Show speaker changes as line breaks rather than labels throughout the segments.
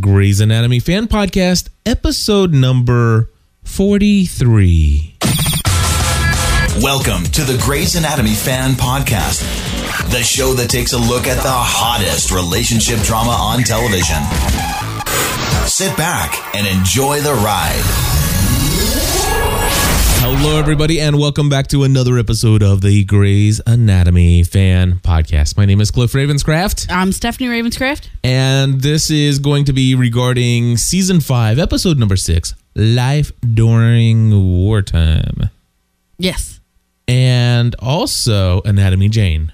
Grey's Anatomy Fan Podcast, episode number 43.
Welcome to the Grey's Anatomy Fan Podcast, the show that takes a look at the hottest relationship drama on television. Sit back and enjoy the ride.
Hello, everybody, and welcome back to another episode of the Grey's Anatomy Fan Podcast. My name is Cliff Ravenscraft,
I'm Um, Stephanie Ravenscraft.
and this is going to be regarding season five, episode number six Life During Wartime,
Yes.
and also Anatomy Jane.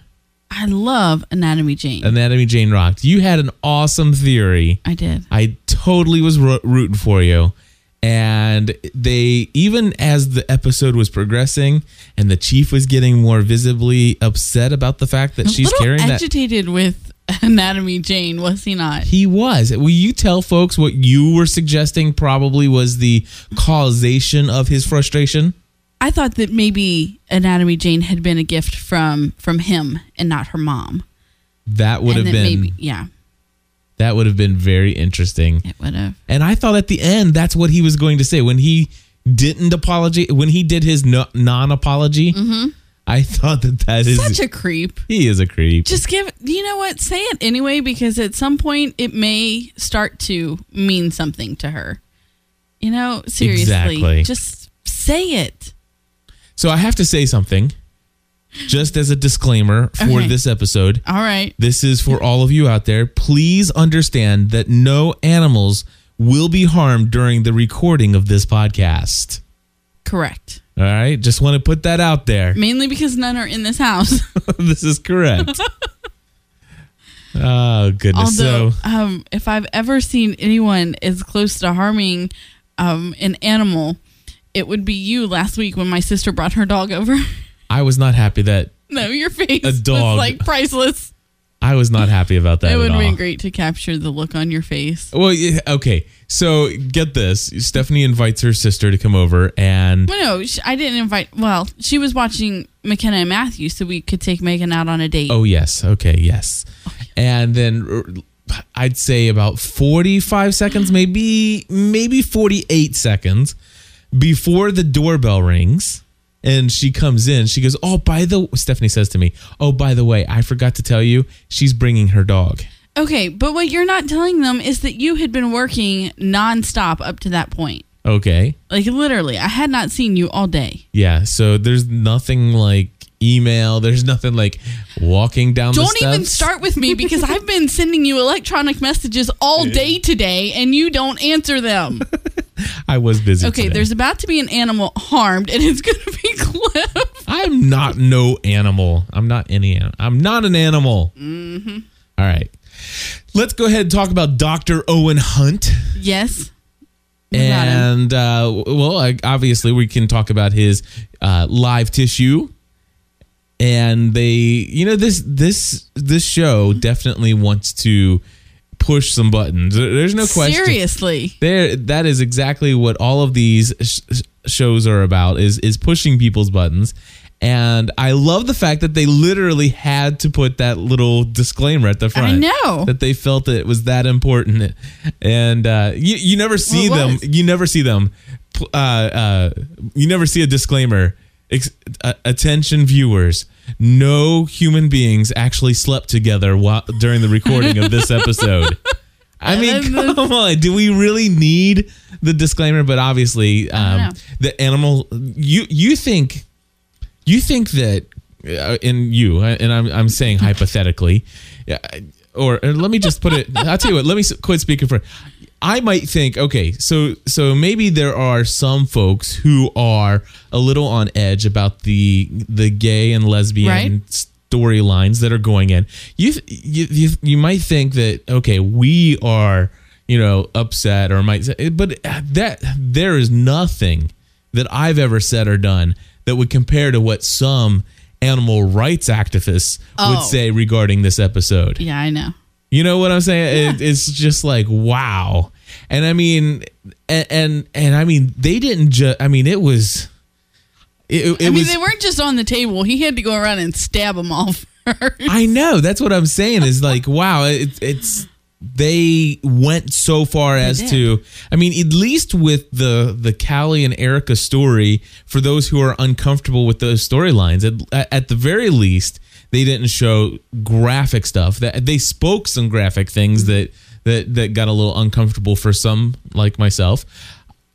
I love Anatomy Jane.
Anatomy Jane rocked. You had an awesome theory.
I did.
I totally was ro- rooting for you. And they, even as the episode was progressing and the chief was getting more visibly upset about the fact that she's
a little
carrying that.
agitated with Anatomy Jane, was he not?
He was. Will you tell folks what you were suggesting probably was the causation of his frustration?
I thought that maybe Anatomy Jane had been a gift from from him and not her mom.
That would
and
have
that
been
maybe yeah,
that would have been very interesting.
it would have.
And I thought at the end that's what he was going to say when he didn't apology when he did his no, non-apology. I thought that that is
Mm-hmm. Such a creep.
He is a creep.
Just give you know what? Say it anyway because at some point it may start to mean something to her. You know, seriously.
Exactly.
Just say it.
So I have to say something just as a disclaimer for
Okay.
this episode.
All right.
This is for all of you out there. Please understand that no animals will be harmed during the recording of this podcast.
Correct.
All right? Just want to put that out there.
Mainly because none are in this house.
this is correct. oh goodness.
Although,
so
um, if I've ever seen anyone as close to harming um, an animal, it would be you last week when my sister brought her dog over.
I was not happy that
no, your face
A
was
dog.
like priceless.
I was not happy about that.
it would
at
have
all.
been great to capture the look on your face.
Well, yeah, okay. So get this. Stephanie invites her sister to come over and
Well, no, sh- I didn't invite. Well, she was watching McKenna and Matthew, so we could take Megan out on a date.
Oh yes. Okay. Yes. And then uh, I'd say about forty-five seconds, maybe maybe forty-eight seconds before the doorbell rings. And she comes in. She goes, "Oh, by the Stephanie says to me, "Oh, by the way, I forgot to tell you, she's bringing her dog."
Okay, but what you're not telling them is that you had been working nonstop up to that point.
Okay.
Like literally, I had not seen you all day.
Yeah. So there's nothing like email. There's nothing like walking down the
Don't
steps.
even start with me because I've been sending you electronic messages all day today and you don't answer them.
I was busy.
Okay,
today.
there's about to be an animal harmed and it's going to be Cliff.
I'm not no animal. I'm not any animal. I'm not an animal. All right. Let's go ahead and talk about Dr. Owen Hunt.
Yes. What about him?
And, uh, well, I, obviously, we can talk about his uh, live tissue. And they, you know, this this this show definitely wants to push some buttons. There- There's no question.
Seriously.
There, that is exactly what all of these sh- sh- shows are about is is pushing people's buttons, and I love the fact that they literally had to put that little disclaimer at the front.
know.
that they felt it was that important, and uh, you you never see
Well, it
them. You never see them. pl- Uh, uh, you never see a disclaimer. Ex- uh, attention, viewers. No human beings actually slept together while, during the recording of this episode. I mean,
And then
come on. Do we really need the disclaimer? But obviously,
don't
um,
know.
the animal. You you think you think that, uh, and you and I'm I'm saying hypothetically, yeah, or, or let me just put it. I'll tell you what. Let me s- quit speaking for. I might think okay, so so maybe there are some folks who are a little on edge about the the gay and lesbian
Right.
storylines that are going in. You, you you you might think that okay, we are you know upset or might, say- but that there is nothing that I've ever said or done that would compare to what some animal rights activists would
Oh.
say regarding this episode.
Yeah, I know.
You know what I'm saying? It, it's just like wow. And I mean, and and, and I mean, they didn't just. I mean, it was. It, it
I mean,
was,
they weren't just on the table. He had to go around and stab them all first.
I know. That's what I'm saying. Is like, wow, it, it's they went so far as
did.
to i mean at least with the the callie and erica story for those who are uncomfortable with those storylines at, at the very least they didn't show graphic stuff that they spoke some graphic things that that that got a little uncomfortable for some like myself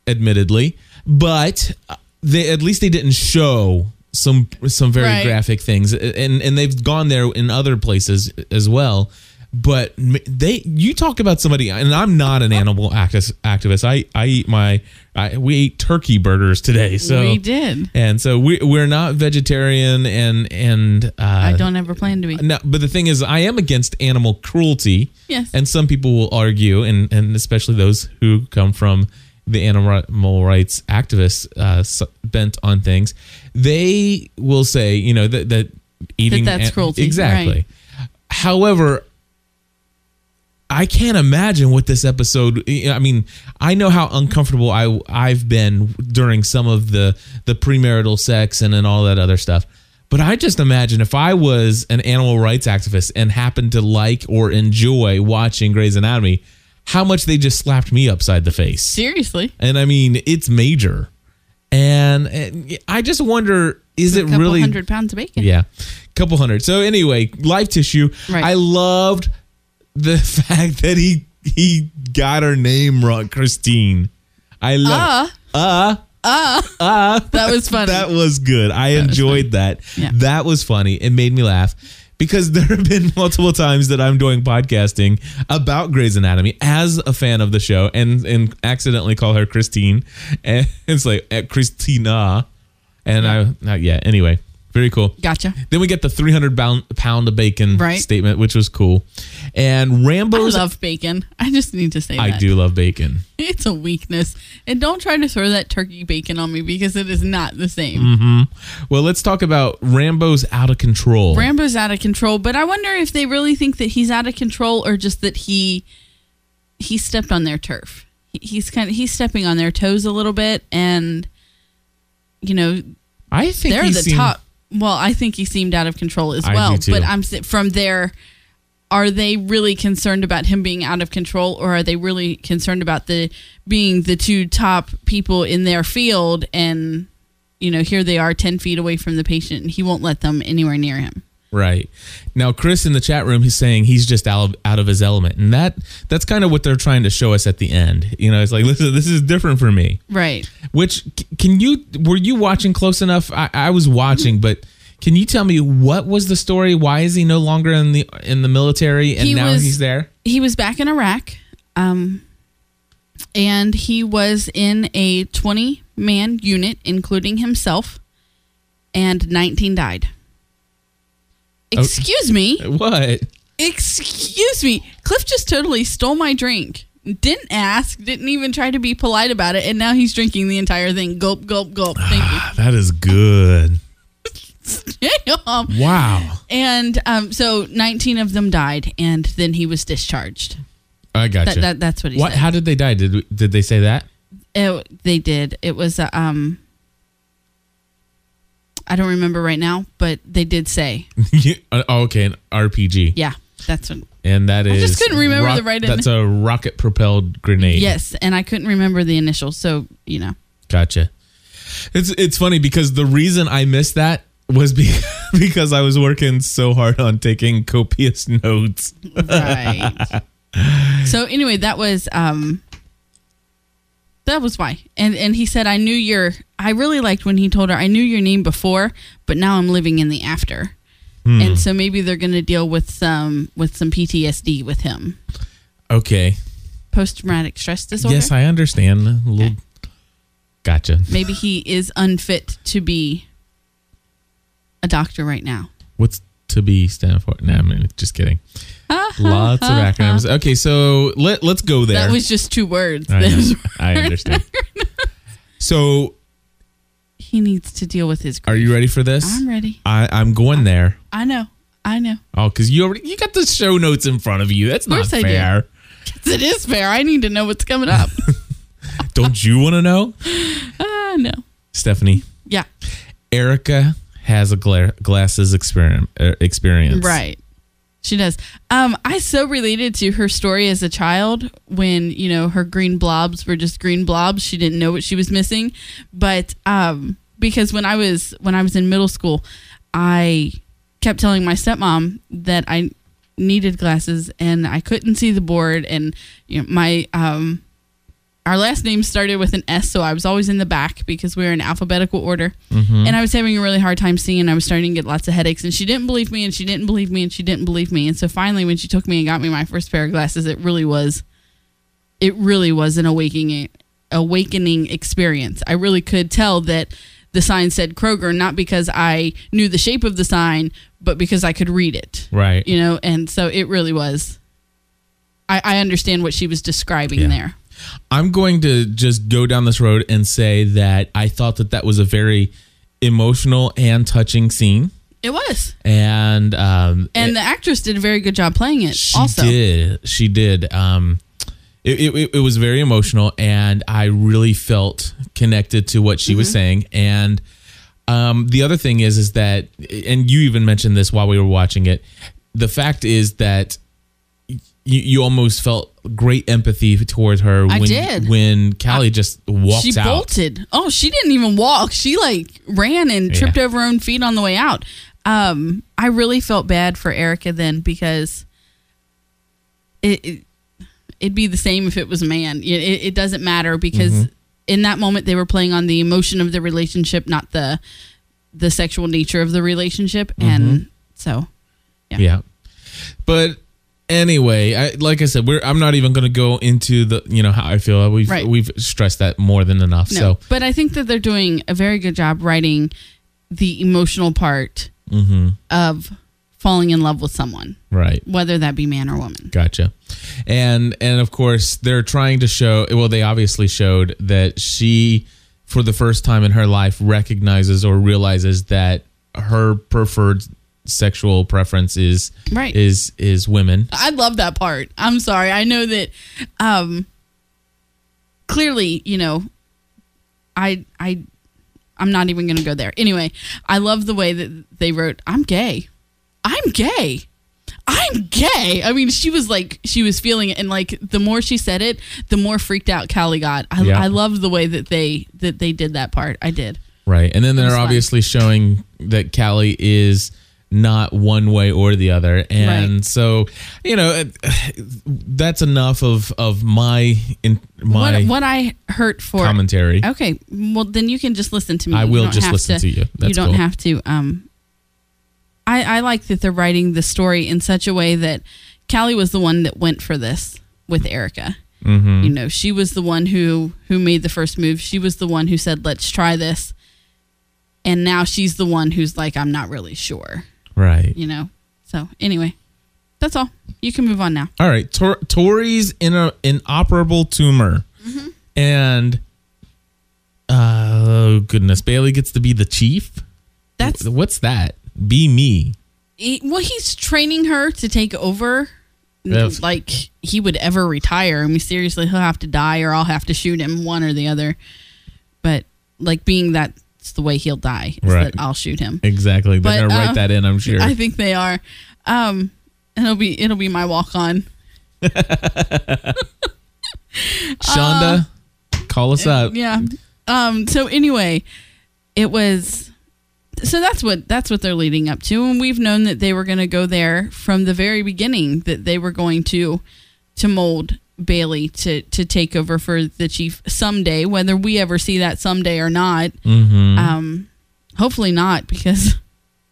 admittedly but uh, they at least they didn't show some some very
Right.
graphic graphic things and and they've gone there in other places as well but m- they you talk about somebody and I'm not an animal activist activist I I eat my I, we ate turkey burgers today so
we did.
and so we we're not vegetarian and and uh
I don't ever plan to be.
no, but the thing is, I am against animal cruelty.
Yes.
And some people will argue, and, and especially those who come from the animal rights activists uh, s- bent on things, they will say, you know, that, that eating
that's cruelty,
Exactly. However, I can't imagine what this episode. I mean, I know how uncomfortable I I've been during some of the the premarital sex and and all that other stuff. But I just imagine if I was an animal rights activist and happened to like or enjoy watching Grey's Anatomy, how much they just slapped me upside the face.
Seriously.
And I mean, it's major. And, and I just wonder is it
a couple
really
hundred pounds of bacon.
yeah. Couple hundred. So anyway, live tissue.
Right.
I loved the fact that he he got her name wrong, Christine. I love
That was funny.
that was good. I enjoyed that.
Yeah.
That was funny. It made me laugh. Because there have been multiple times that I'm doing podcasting about Grey's Anatomy as a fan of the show and and accidentally call her Christine. And it's like eh, Christina. And I not yet. Anyway, very cool.
gotcha.
Then we get the 300 pound, pound of bacon
Right.
statement, which was cool. And
I
Rambo's.
love bacon. I just need to say
I
that.
do love bacon.
It's a weakness. And don't try to throw that turkey bacon on me because it is not the same.
Well, let's talk about Rambo's out of control.
Rambo's out of control, but I wonder if they really think that he's out of control or just that he he stepped on their turf. He- He's kind of he's stepping on their toes a little bit and you know,
I think
they're
he
the
seemed-
top. Well, I think he seemed out of control as
I
well.
do too.
But I'm s- from there. Are they really concerned about him being out of control, or are they really concerned about the being the two top people in their field? And you know, here they are, ten feet away from the patient, and he won't let them anywhere near him.
Right. Now, Chris in the chat room, he's saying he's just out of, out of his element. And that that's kind of what they're trying to show us at the end. You know, it's like, listen, this is different for me.
Right.
Which, c- can you, were you watching close enough? I, I was watching, but. Can you tell me what was the story? Why is he no longer in the in the military and
He
now
was-
he's there?
He was back in Iraq, um, and he was in a twenty-man unit, including himself, and nineteen died. Excuse me.
What?
Excuse me. Cliff just totally stole my drink. Didn't ask, didn't even try to be polite about it, and now he's drinking the entire thing. Gulp, gulp, gulp. Thank you.
That is good.
Damn.
Wow.
And um, so 19 of them died, and then he was discharged.
I gotcha.
That, that, that's what he
what?
said.
How did they die? Did we, did they say that?
It- they did. It was, uh, um, I don't remember right now, but they did say,
You- oh, okay, an RPG,
yeah, that's what.
and that is.
just couldn't remember the right-
That's a rocket propelled grenade.
Yes, and I couldn't remember the initials, so, you know.
Gotcha. It's it's funny because the reason I missed that was be- because I was working so hard on taking copious notes.
right. So anyway, that was um that was why. And and he said I knew your I really liked when he told her I knew your name before, but now I'm living in the after. And so maybe they're going to deal with some with some PTSD with him.
Okay.
Post traumatic stress disorder.
Yes, I understand. A little.
Okay.
Gotcha.
maybe he is unfit to be a doctor right now.
What's to be stand for? Nah, I'm just kidding. Lots of acronyms. Okay, so let let's go there.
That was just two words.
I, know. I understand. so,
he needs to deal with his grief.
are you ready for this?
I'm ready.
I, I'm going there.
I know. I know.
Oh, because you already you got the show notes in front of you. That's not
course I do.
fair.
It is fair. I need to know what's coming up.
Don't you want to know,
I know.
Stephanie?
Yeah.
Erica has a gla- glasses experiment, uh, experience.
Right. She does. Um, I so related to her story as a child when, you know, her green blobs were just green blobs. She didn't know what she was missing. But um, because when I was when I was in middle school, I kept telling my stepmom that I needed glasses and I couldn't see the board and you know, my um our last name started with an S, so I was always in the back because we were in alphabetical order.
Mm-hmm.
And I was having a really hard time seeing, and I was starting to get lots of headaches. And she didn't believe me, and she didn't believe me, and she didn't believe me. And so finally, when she took me and got me my first pair of glasses, it really was, it really was an awakening, awakening experience. I really could tell that the sign said Kroger, not because I knew the shape of the sign, but because I could read it.
Right.
You know, and so it really was. I, I understand what she was describing
Yeah.
there.
I'm going to just go down this road and say that I thought that that was a very emotional and touching scene,
It was.
and um,
and the actress did a very good job playing it.
she
also,
did, she did. Um, it, it- it, it was very emotional, and I really felt connected to what she
Mm-hmm.
was saying. And um, the other thing is, is that, and you even mentioned this while we were watching it. The fact is that you, you almost felt great empathy towards her
I
when
did.
when Callie just walked
she
out.
bolted. Oh, she didn't even walk. She like ran and
Yeah.
tripped over her own feet on the way out. Um, I really felt bad for Erica then because it, it it'd be the same if it was a man. It, it, it doesn't matter because
Mm-hmm.
in that moment they were playing on the emotion of the relationship, not the the sexual nature of the relationship,
Mm-hmm.
and so
Yeah. But anyway, I, like I said, we're I'm not even going to go into the you know how I feel. We've
Right.
we've stressed that more than enough.
No,
So
but I think that they're doing a very good job writing the emotional part of falling in love with someone,
right.
whether that be man or woman.
Gotcha. And and of course they're trying to show well they obviously showed that she for the first time in her life recognizes or realizes that her preferred sexual preference is
Right.
is is women.
I love that part. I'm sorry. I know that um clearly, you know, I I I'm not even going to go there. Anyway, I love the way that they wrote I'm gay. I'm gay. I'm gay. I mean, she was like she was feeling it and like the more she said it, the more freaked out Callie got. I
Yeah.
I loved the way that they that they did that part. I did.
Right. And then
was
they're
fun.
obviously showing that Callie is not one way or the other. And
Right.
so, you know, it- that's enough of of my in, my
what what I hurt for
commentary.
Okay. Well, then you can just listen to me.
I
You
will
don't
just
have
listen to you. That's
you don't
cool.
have to. Um, I I like that they're writing the story in such a way that Callie was the one that went for this with Erica.
Mm-hmm.
You know, she was the one who who made the first move. She was the one who said, "Let's try this," and now she's the one who's like, "I'm not really sure."
Right.
You know. So anyway, that's all. You can move on now.
All right. Tor- Tori's in a inoperable tumor.
Mm-hmm.
And uh, oh goodness, Bailey gets to be the chief?
That's
What's that? Be me.
he, well, he's training her to take over.
Yes.
Like he would ever retire. I mean, seriously, he'll have to die, or I'll have to shoot him, one or the other. But like being that's the way he'll die. Is
Right.
That I'll shoot him.
Exactly. They're
But,
going to
uh,
write that in, I'm sure.
I think they are. Um, and it'll be it'll be my walk on.
Shonda, call us up.
Yeah. Um. So anyway, it was. So that's what that's what they're leading up to, and we've known that they were going to go there from the very beginning. That they were going to to mold Bailey to to take over for the chief someday, whether we ever see that someday or not. Um, hopefully not, because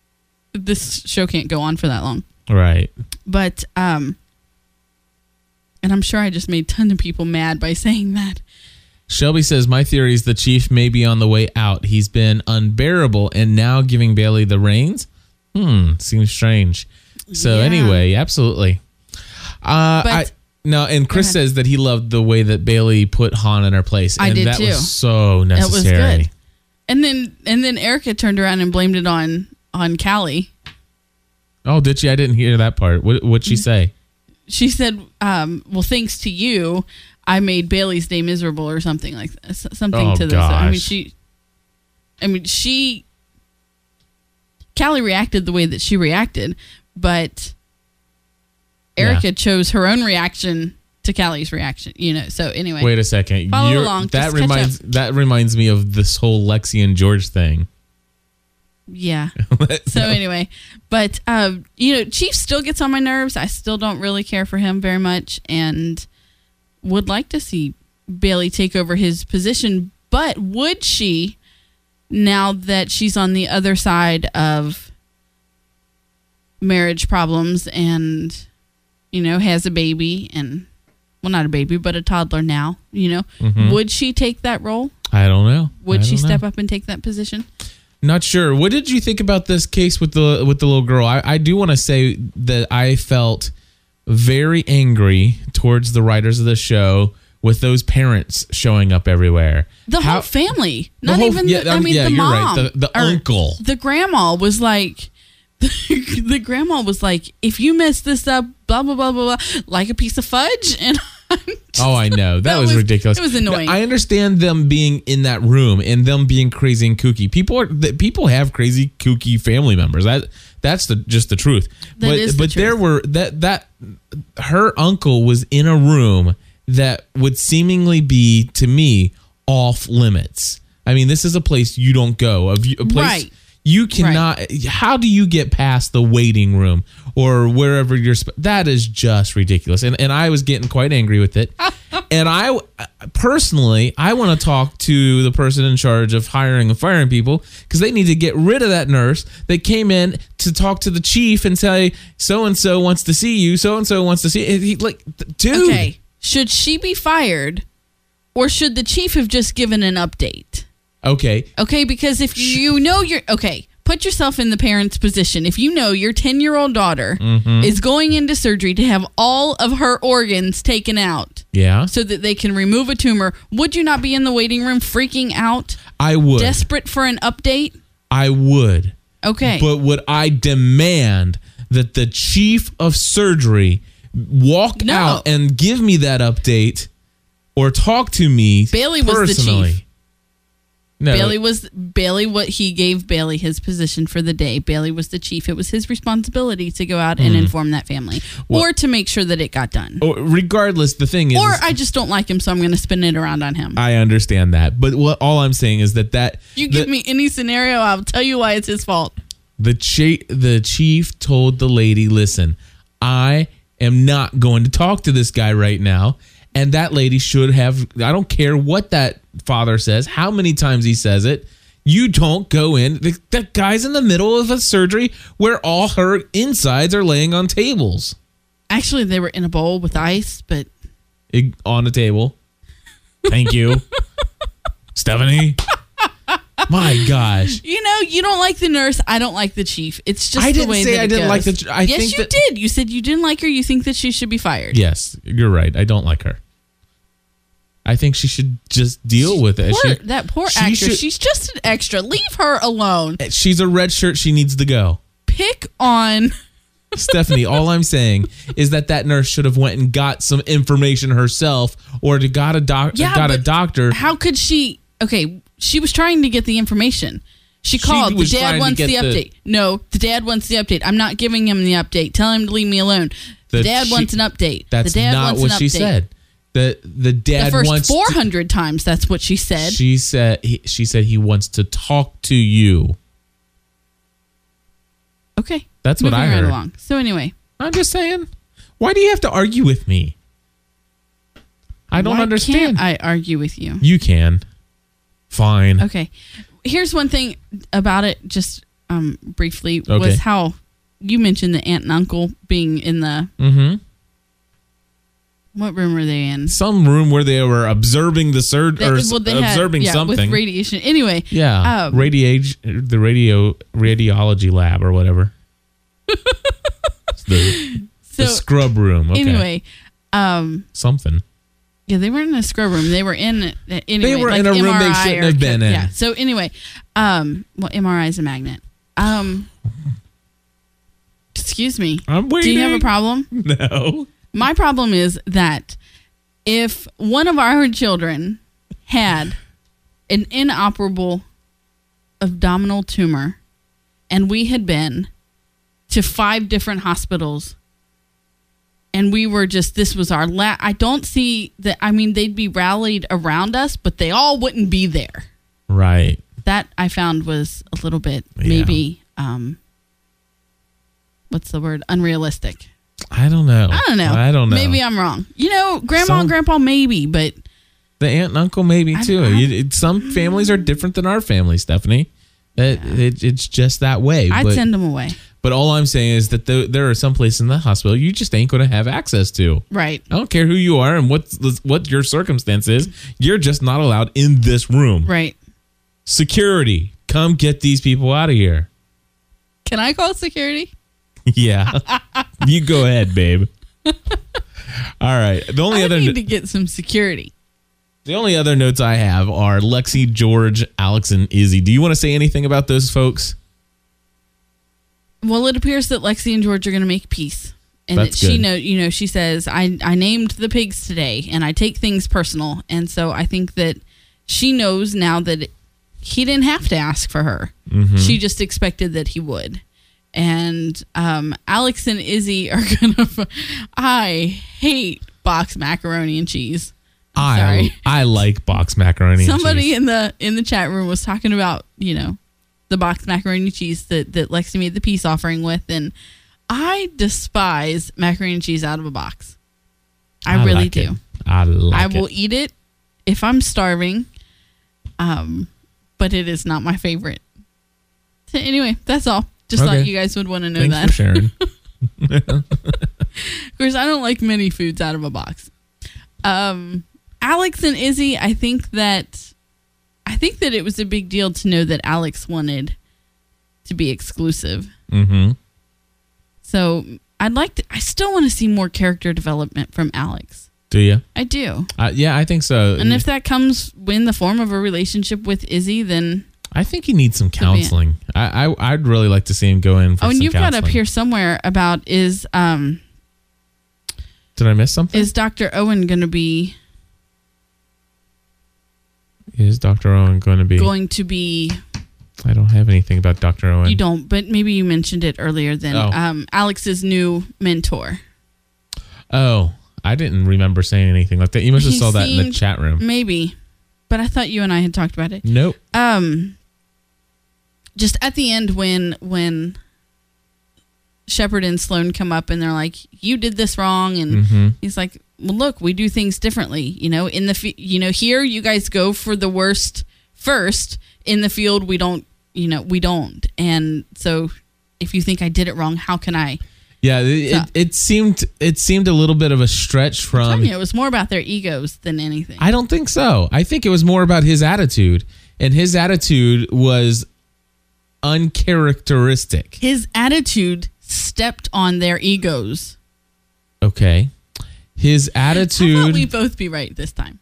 this show can't go on for that long
Right.
but um and i'm sure i just made tons of people mad by saying that
Shelby says, My theory is the chief may be on the way out. He's been unbearable and now giving Bailey the reins? Hmm, seems strange. So,
Yeah.
anyway, absolutely. Uh,
But-
I, no, and Chris
ahead.
says that he loved the way that Bailey put Han in her place.
I
and
did
that
too.
was so
that was
necessary.
good and then and then erica turned around and blamed it on on callie
Oh, did she? I didn't hear that part. What, what'd
Mm-hmm.
she say?
she said um well thanks to you i made bailey's day miserable or something like that. S- something
Oh,
to this i mean
gosh.
she i mean she callie reacted the way that she reacted but Erica chose her own reaction to Callie's reaction. You know. So anyway,
Wait a second.
Follow
You're-
along,
That
just catch
reminds that reminds me of this whole Lexi and George thing.
yeah. so anyway, but um, you know, Chief still gets on my nerves. I still don't really care for him very much, and would like to see Bailey take over his position. But would she? Now that she's on the other side of marriage problems and you know has a baby and well not a baby but a toddler now you know would she take that role
Mm-hmm. I don't know.
would she step up and take that position
Not sure. What did you think about this case with the with the little girl? I, I do want to say that I felt very angry towards the writers of the show with those parents showing up everywhere.
the
How-
whole family
the
not
whole-
even
yeah,
the, i
um,
mean
yeah,
the
you're right.
mom
The- the
or
uncle.
the grandma was like the, grandma was like if you mess this up blah blah blah blah blah like a piece of fudge and
Oh, I know. That,
That
was,
was-
ridiculous.
it was annoying.
Now, I understand them being in that room and them being crazy and kooky. People are that people have crazy kooky family members. That that's the just the truth.
That
but
is the
but there
truth.
were that that her uncle was in a room that would seemingly be to me off limits. I mean, this is a place you don't go. A, view- a place
Right.
you cannot. How do you get past the waiting room or wherever you're? Sp- that is just ridiculous. And and I was getting quite angry with it. and I personally, I want to talk to the person in charge of hiring and firing people because they need to get rid of that nurse that came in to talk to the chief and say so and so wants to see you, so and so wants to see. and He, like, th- dude.
okay should she be fired or should the chief have just given an update
Okay.
Okay, because if you know you're okay, put yourself in the parent's position. If you know your 10 year old daughter
Mm-hmm.
is going into surgery to have all of her organs taken out
Yeah.
so that they can remove a tumor, would you not be in the waiting room freaking out,
I would.
desperate for an update?
I would.
Okay.
But would I demand that the chief of surgery walk
No.
out and give me that update or talk to me
Bailey was the chief.
personally? No,
Bailey was Bailey what he gave Bailey his position for the day. Bailey was the chief. It was his responsibility to go out
Mm-hmm.
and inform that family or to make sure that it got done.
or Oh, regardless, the thing is,
Or I just don't like him so I'm going to spin it around on him.
I understand that. But what all I'm saying is that that
You
the,
give me any scenario, I'll tell you why it's his fault.
the chief the chief told the lady, "Listen, I am not going to talk to this guy right now." And that lady should have I don't care what that father says, how many times he says it. You don't go in. The, that guy's in the middle of a surgery where all her insides are laying on tables,
Actually, they were in a bowl with ice, but
Ig- on a table. Thank you, Stephanie. My gosh.
you know, you don't like the nurse. I don't like the chief. It's just
I
the
didn't
way
say
that
I
it
didn't like
goes.
the ch- I
yes,
think
you
that-
did. You said you didn't like her. You think that she should be fired.
Yes, you're right. I don't like her. I think she should just deal with it.
Poor,
She-
that poor
she
actress.
should-
She's just an extra. Leave her alone.
she's a red shirt. She needs to go.
Pick on.
Stephanie, all I'm saying is that that nurse should have went and got some information herself, or to got a doc,
Yeah,
got a
but
doctor.
How could she? Okay, she was trying to get the information. She called.
was
the
trying to
dad wants
get
the
the-
update. no, the dad wants the update. I'm not giving him the update. Tell him to leave me alone. The,
The
dad
chi-
wants an update.
That's
the dad
not
wants
what
an
she
update.
said. The the
The
dad
first
wants. to-
400 times, that's what she said.
she said he, she said he wants to talk to you.
okay,
That's what
moving
I
right
heard.
along. So anyway,
I'm just saying. Why do you have to argue with me? I don't
why
understand.
Can't I argue with you.
you can. Fine.
Okay. Here's one thing about it, just um, briefly,
Okay.
was how you mentioned the aunt and uncle being in the.
Mm-hmm.
What room were they in?
some room where they were observing the surge
They-
or
well, they had-
observing
yeah,
something.
with radiation. Anyway,
yeah,
um,
radiage the radio radiology lab or whatever. It's the,
so
the scrub room. Okay.
anyway,
something.
yeah, they weren't in a scrub room. They were in uh, anyway,
were
like
in a room they
MRI
shouldn't
or-
have been in.
Yeah. So anyway, um, well, MRI is a magnet. Um, excuse me.
I'm
Do you have a
waiting.
problem?
No,
My problem is that if one of our children had an inoperable abdominal tumor and we had been to five different hospitals and we were just this was our la I don't see that I mean they'd be rallied around us, but they all wouldn't be there.
Right.
That I found was a little bit
Yeah.
maybe um what's the word? Unrealistic.
I don't know.
I don't know.
I don't know.
Maybe I'm wrong. You know, grandma
Some-
and grandpa maybe, but
the aunt and uncle maybe
I
too.
don't-
You- it- some families are different than our family, Stephanie. That it, it's just that way.
I'd
but,
send them away.
but all I'm saying is that there there are some places in the hospital you just ain't going to have access to.
Right.
I don't care who you are and what what your circumstance is. You're just not allowed in this room.
Right.
Security, come get these people out of here.
Can I call security?
yeah, you go ahead, babe. All right. The only
I
other
need to get some security.
the only other notes I have are Lexi, George, Alex, and Izzy. Do you want to say anything about those folks?
Well, it appears that Lexi and George are going to make peace, and
That's
that she
good.
know you know she says I I named the pigs today, and I take things personal, and so I think that she knows now that he didn't have to ask for her.
Mm-hmm.
She just expected that he would. And um, Alex and Izzy are gonna. I hate box macaroni and cheese.
I
sorry.
I like box macaroni. and
Somebody
cheese.
in the in the chat room was talking about you know the box macaroni and cheese that that Lexi made the peace offering with, and I despise macaroni and cheese out of a box. I, really
like
do.
it. I like
I will
it.
eat it if I'm starving, um, but it is not my favorite. So anyway, that's all. Just thought
Okay.
you guys would want to know
Thanks for
that.
sharing.
Of course, I don't like many foods out of a box. Um, Alex and Izzy, I think that, I think that it was a big deal to know that Alex wanted to be exclusive.
mm-hmm.
So I'd like to. I still want to see more character development from Alex.
Do you?
I do,
Uh, yeah, I think so.
and if that comes in the form of a relationship with Izzy, then
I think he needs some counseling. I, I I'd really like to see him go in. For
oh, and
some
you've got up
counseling.
here somewhere about is um
Did I miss something?
is Doctor Owen going to be
Is Doctor Owen going to be?
going to be
I don't have anything about Doctor Owen.
You don't, but maybe you mentioned it earlier than
Oh.
um, Alex's new mentor.
Oh, I didn't remember saying anything like that. You must have
He
saw that in the
seemed- Mm.
chat room.
Maybe. But I thought you and I had talked about it.
Nope.
Um just at the end when when Shepard and Sloan come up and they're like, You did this wrong and he's like, Well look, we do things differently. You know, in the f- you know, here you guys go for the worst first. In the field we don't you know, we don't. And so if you think I did it wrong, how can I
Yeah, it, it,
So-
it seemed it seemed a little bit of a stretch
I'm
from.
telling you, it was more about their egos than anything.
Um, I don't think so. I think it was more about his attitude, and his attitude was uncharacteristic.
His attitude stepped on their egos.
Okay, his
How about
attitude.
we both be right this time?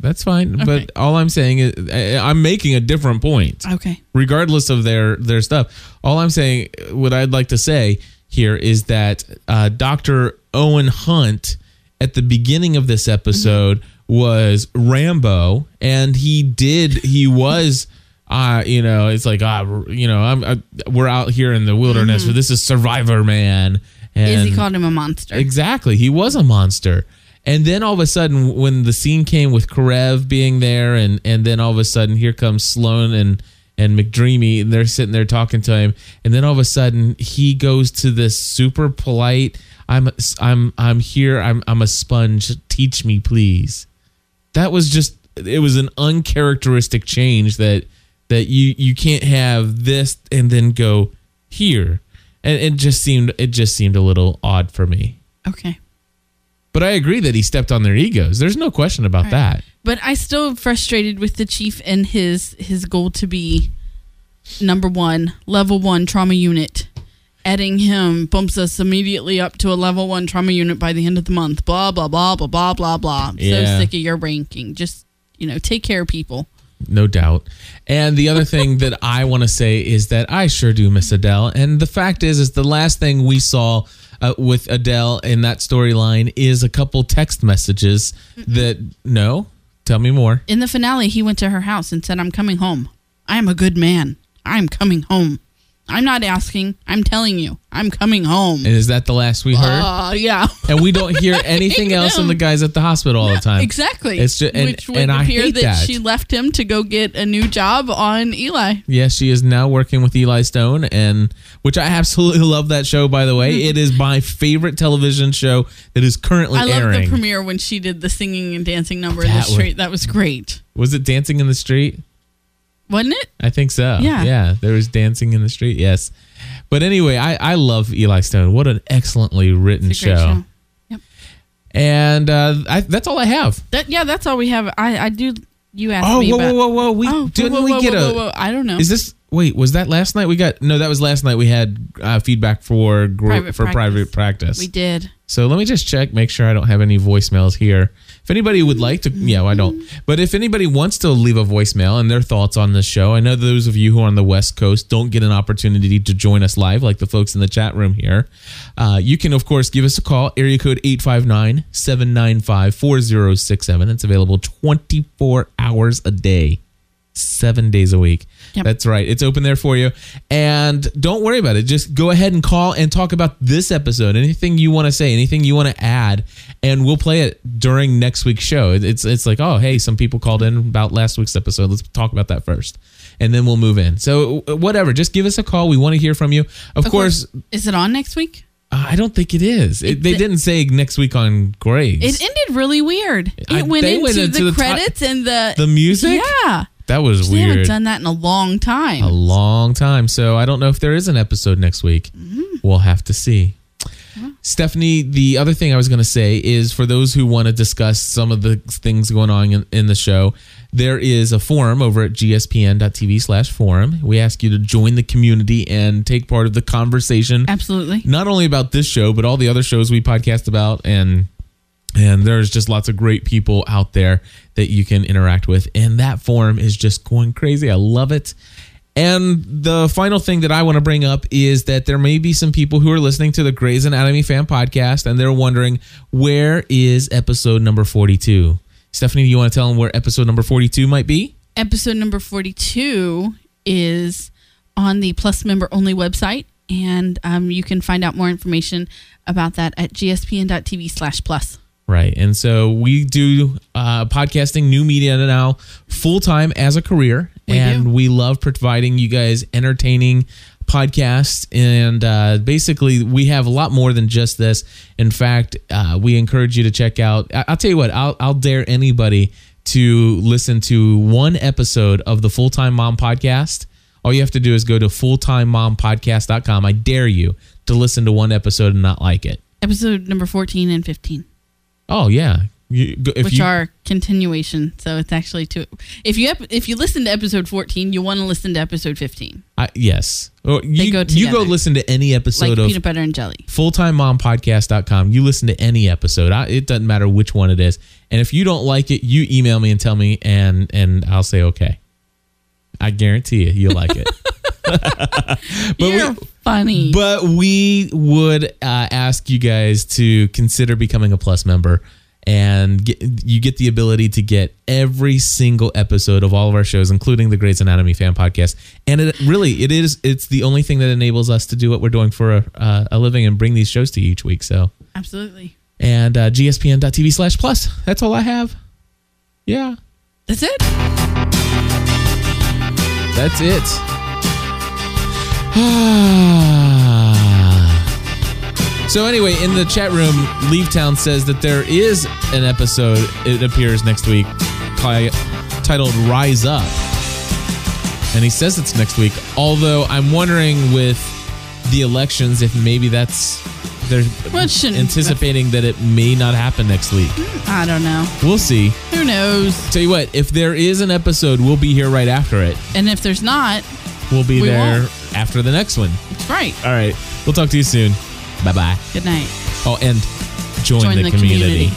that's fine,
Okay.
but all I'm saying is I, I'm making a different point.
Okay.
regardless of their their stuff. All I'm saying, what I'd like to say here is that uh, Dr. Owen Hunt at the beginning of this episode was Rambo, and he did he was. Uh, you know, it's like ah, you know, I'm I, we're out here in the wilderness, but this is Survivor Man. And
Izzy called him a monster.
Exactly. He was a monster. And then all of a sudden, when the scene came with Karev being there, and, and then all of a sudden, here comes Sloan and, and McDreamy, and they're sitting there talking to him. And then all of a sudden, he goes to this super polite, I'm, I'm, I'm here, I'm, I'm a sponge, teach me, please. That was just, it was an uncharacteristic change that, that you, you can't have this and then go here. And it just seemed, it just seemed a little odd for me.
okay.
But I agree that he stepped on their egos. There's no question about that.
But I still am frustrated with the chief and his his goal to be number one, level one trauma unit. Adding him bumps us immediately up to a level one trauma unit by the end of the month. Blah blah blah blah blah blah blah. I'm
Yeah.
so sick of your ranking. Just you know, take care of people.
No doubt. And the other thing that I want to say is that I sure do miss Adele. And the fact is, is the last thing we saw uh, with Adele in that storyline is a couple text messages that no, tell me more.
In the finale, he went to her house and said, I'm coming home. I am a good man. I'm coming home. I'm not asking. I'm telling you. I'm coming home.
And is that the last we heard?
Uh, yeah.
and we don't hear anything else from the guys at the hospital all the time.
Exactly.
It's just and,
Which would
and I
appear
hate
that,
that.
she left him to go get a new job on Eli.
yeah, she is now working with Eli Stone, and which I absolutely love that show. By the way, it is my favorite television show that is currently
I love the
airing.
premiere when she did the singing and dancing number in the
That was-
street. that was great,
was it Dancing in the Street?
wasn't it?
I think so.
Yeah.
Yeah. There was dancing in the street. Yes. But anyway, I, I love Eli Stone. What an excellently written
It's a
show.
great show.
And uh, I, that's all I have.
That yeah, that's all we have. I I do. You asked
Oh,
me
whoa,
about.
whoa, whoa, whoa. We
Oh, whoa,
didn't
whoa,
we
whoa,
get
whoa,
a.
whoa, whoa. I don't know.
Is this wait? Was that last night? We got no. That was last night. We had uh, feedback for gr-
Private
for
practice.
private practice.
we did.
So let me just check, make sure I don't have any voicemails here. If anybody would like to, yeah, I don't. But if anybody wants to leave a voicemail and their thoughts on this show, I know those of you who are on the West Coast don't get an opportunity to join us live, like the folks in the chat room here. Uh, you can, of course, give us a call, area code 859 795 4067. It's available 24 hours a day seven days a week.
Yep.
That's right. It's open there for you. And don't worry about it. Just go ahead and call and talk about this episode. Anything you want to say, anything you want to add, and we'll play it during next week's show. It- It's it's like, oh, hey, some people called in about last week's episode. Let's talk about that first. And then we'll move in. So w- whatever, just give us a call. We want to hear from you. Of, course,
Is it on next week?
uh, I don't think it is. It,
It-
they didn't say next week on Grace.
It ended really weird. It
I-
went
they
into
went into
the,
the ti-
credits and the
the music?
Yeah,
That was
they haven't
weird.
done that in a long time.
a long time. So I don't know if there is an episode next week. We'll have to see. Stephanie, the other thing I was going to say is for those who want to discuss some of the things going on in, in the show, there is a forum over at gspn.tv slash forum. We ask you to join the community and take part of the conversation
Absolutely.
not only about this show but all the other shows we podcast about and and there's just lots of great people out there that you can interact with and that forum is just going crazy i love it and the final thing that I want to bring up is that there may be some people who are listening to the Grey's Anatomy fan podcast and they're wondering where is episode number 42? Stephanie, do you want to tell them where episode number 42 might be?
episode number 42 is on the plus member only website and um, you can find out more information about that at gspn.tv slash plus
Right. And so we do uh, podcasting, new media now, full time as a career.
We
and
do.
we love providing you guys entertaining podcasts. And uh, basically, we have a lot more than just this. In fact, uh, we encourage you to check out. I- I'll tell you what, I'll, I'll dare anybody to listen to one episode of the Full Time Mom podcast. All you have to do is go to fulltimemompodcast.com. I dare you to listen to one episode and not like it.
episode number 14 and 15
Oh, yeah. You, go- if
which
you,
are continuation so it's actually two if you ep- if you listen to episode 14 you'll want to listen to episode 15
I, yes. Or you,
go
you go
together.
listen to any
like
episode
peanut
of
butter and jelly
fulltimemompodcast.com. You listen to any episode. I, it doesn't matter which one it is. And if you don't like it, you email me and tell me and and I'll say okay. I guarantee you you'll like it. we-
you're funny
But we would uh, ask you guys to consider becoming a plus member, and get, you get the ability to get every single episode of all of our shows, including the Grey's Anatomy fan podcast. And it really, it is, it's the only thing that enables us to do what we're doing for a, uh, a living and bring these shows to you each week. So,
absolutely
and uh, gspn.tv slash plus. That's all I have. Yeah,
that's it
that's it. So anyway, in the chat room, Leavetown says that there is an episode. It appears next week, ti- titled "Rise Up," and he says it's next week. Although I'm wondering with the elections if maybe that's they're
Well, it shouldn't.
anticipating that it may not happen next week.
i don't know
We'll see.
who knows
Tell you what, if there is an episode, we'll be here right after it.
and if there's not
We'll be
We
there
won't.
after the next one.
it's right
All right, we'll talk to you soon. Bye bye.
good night
Oh, and join, the, community.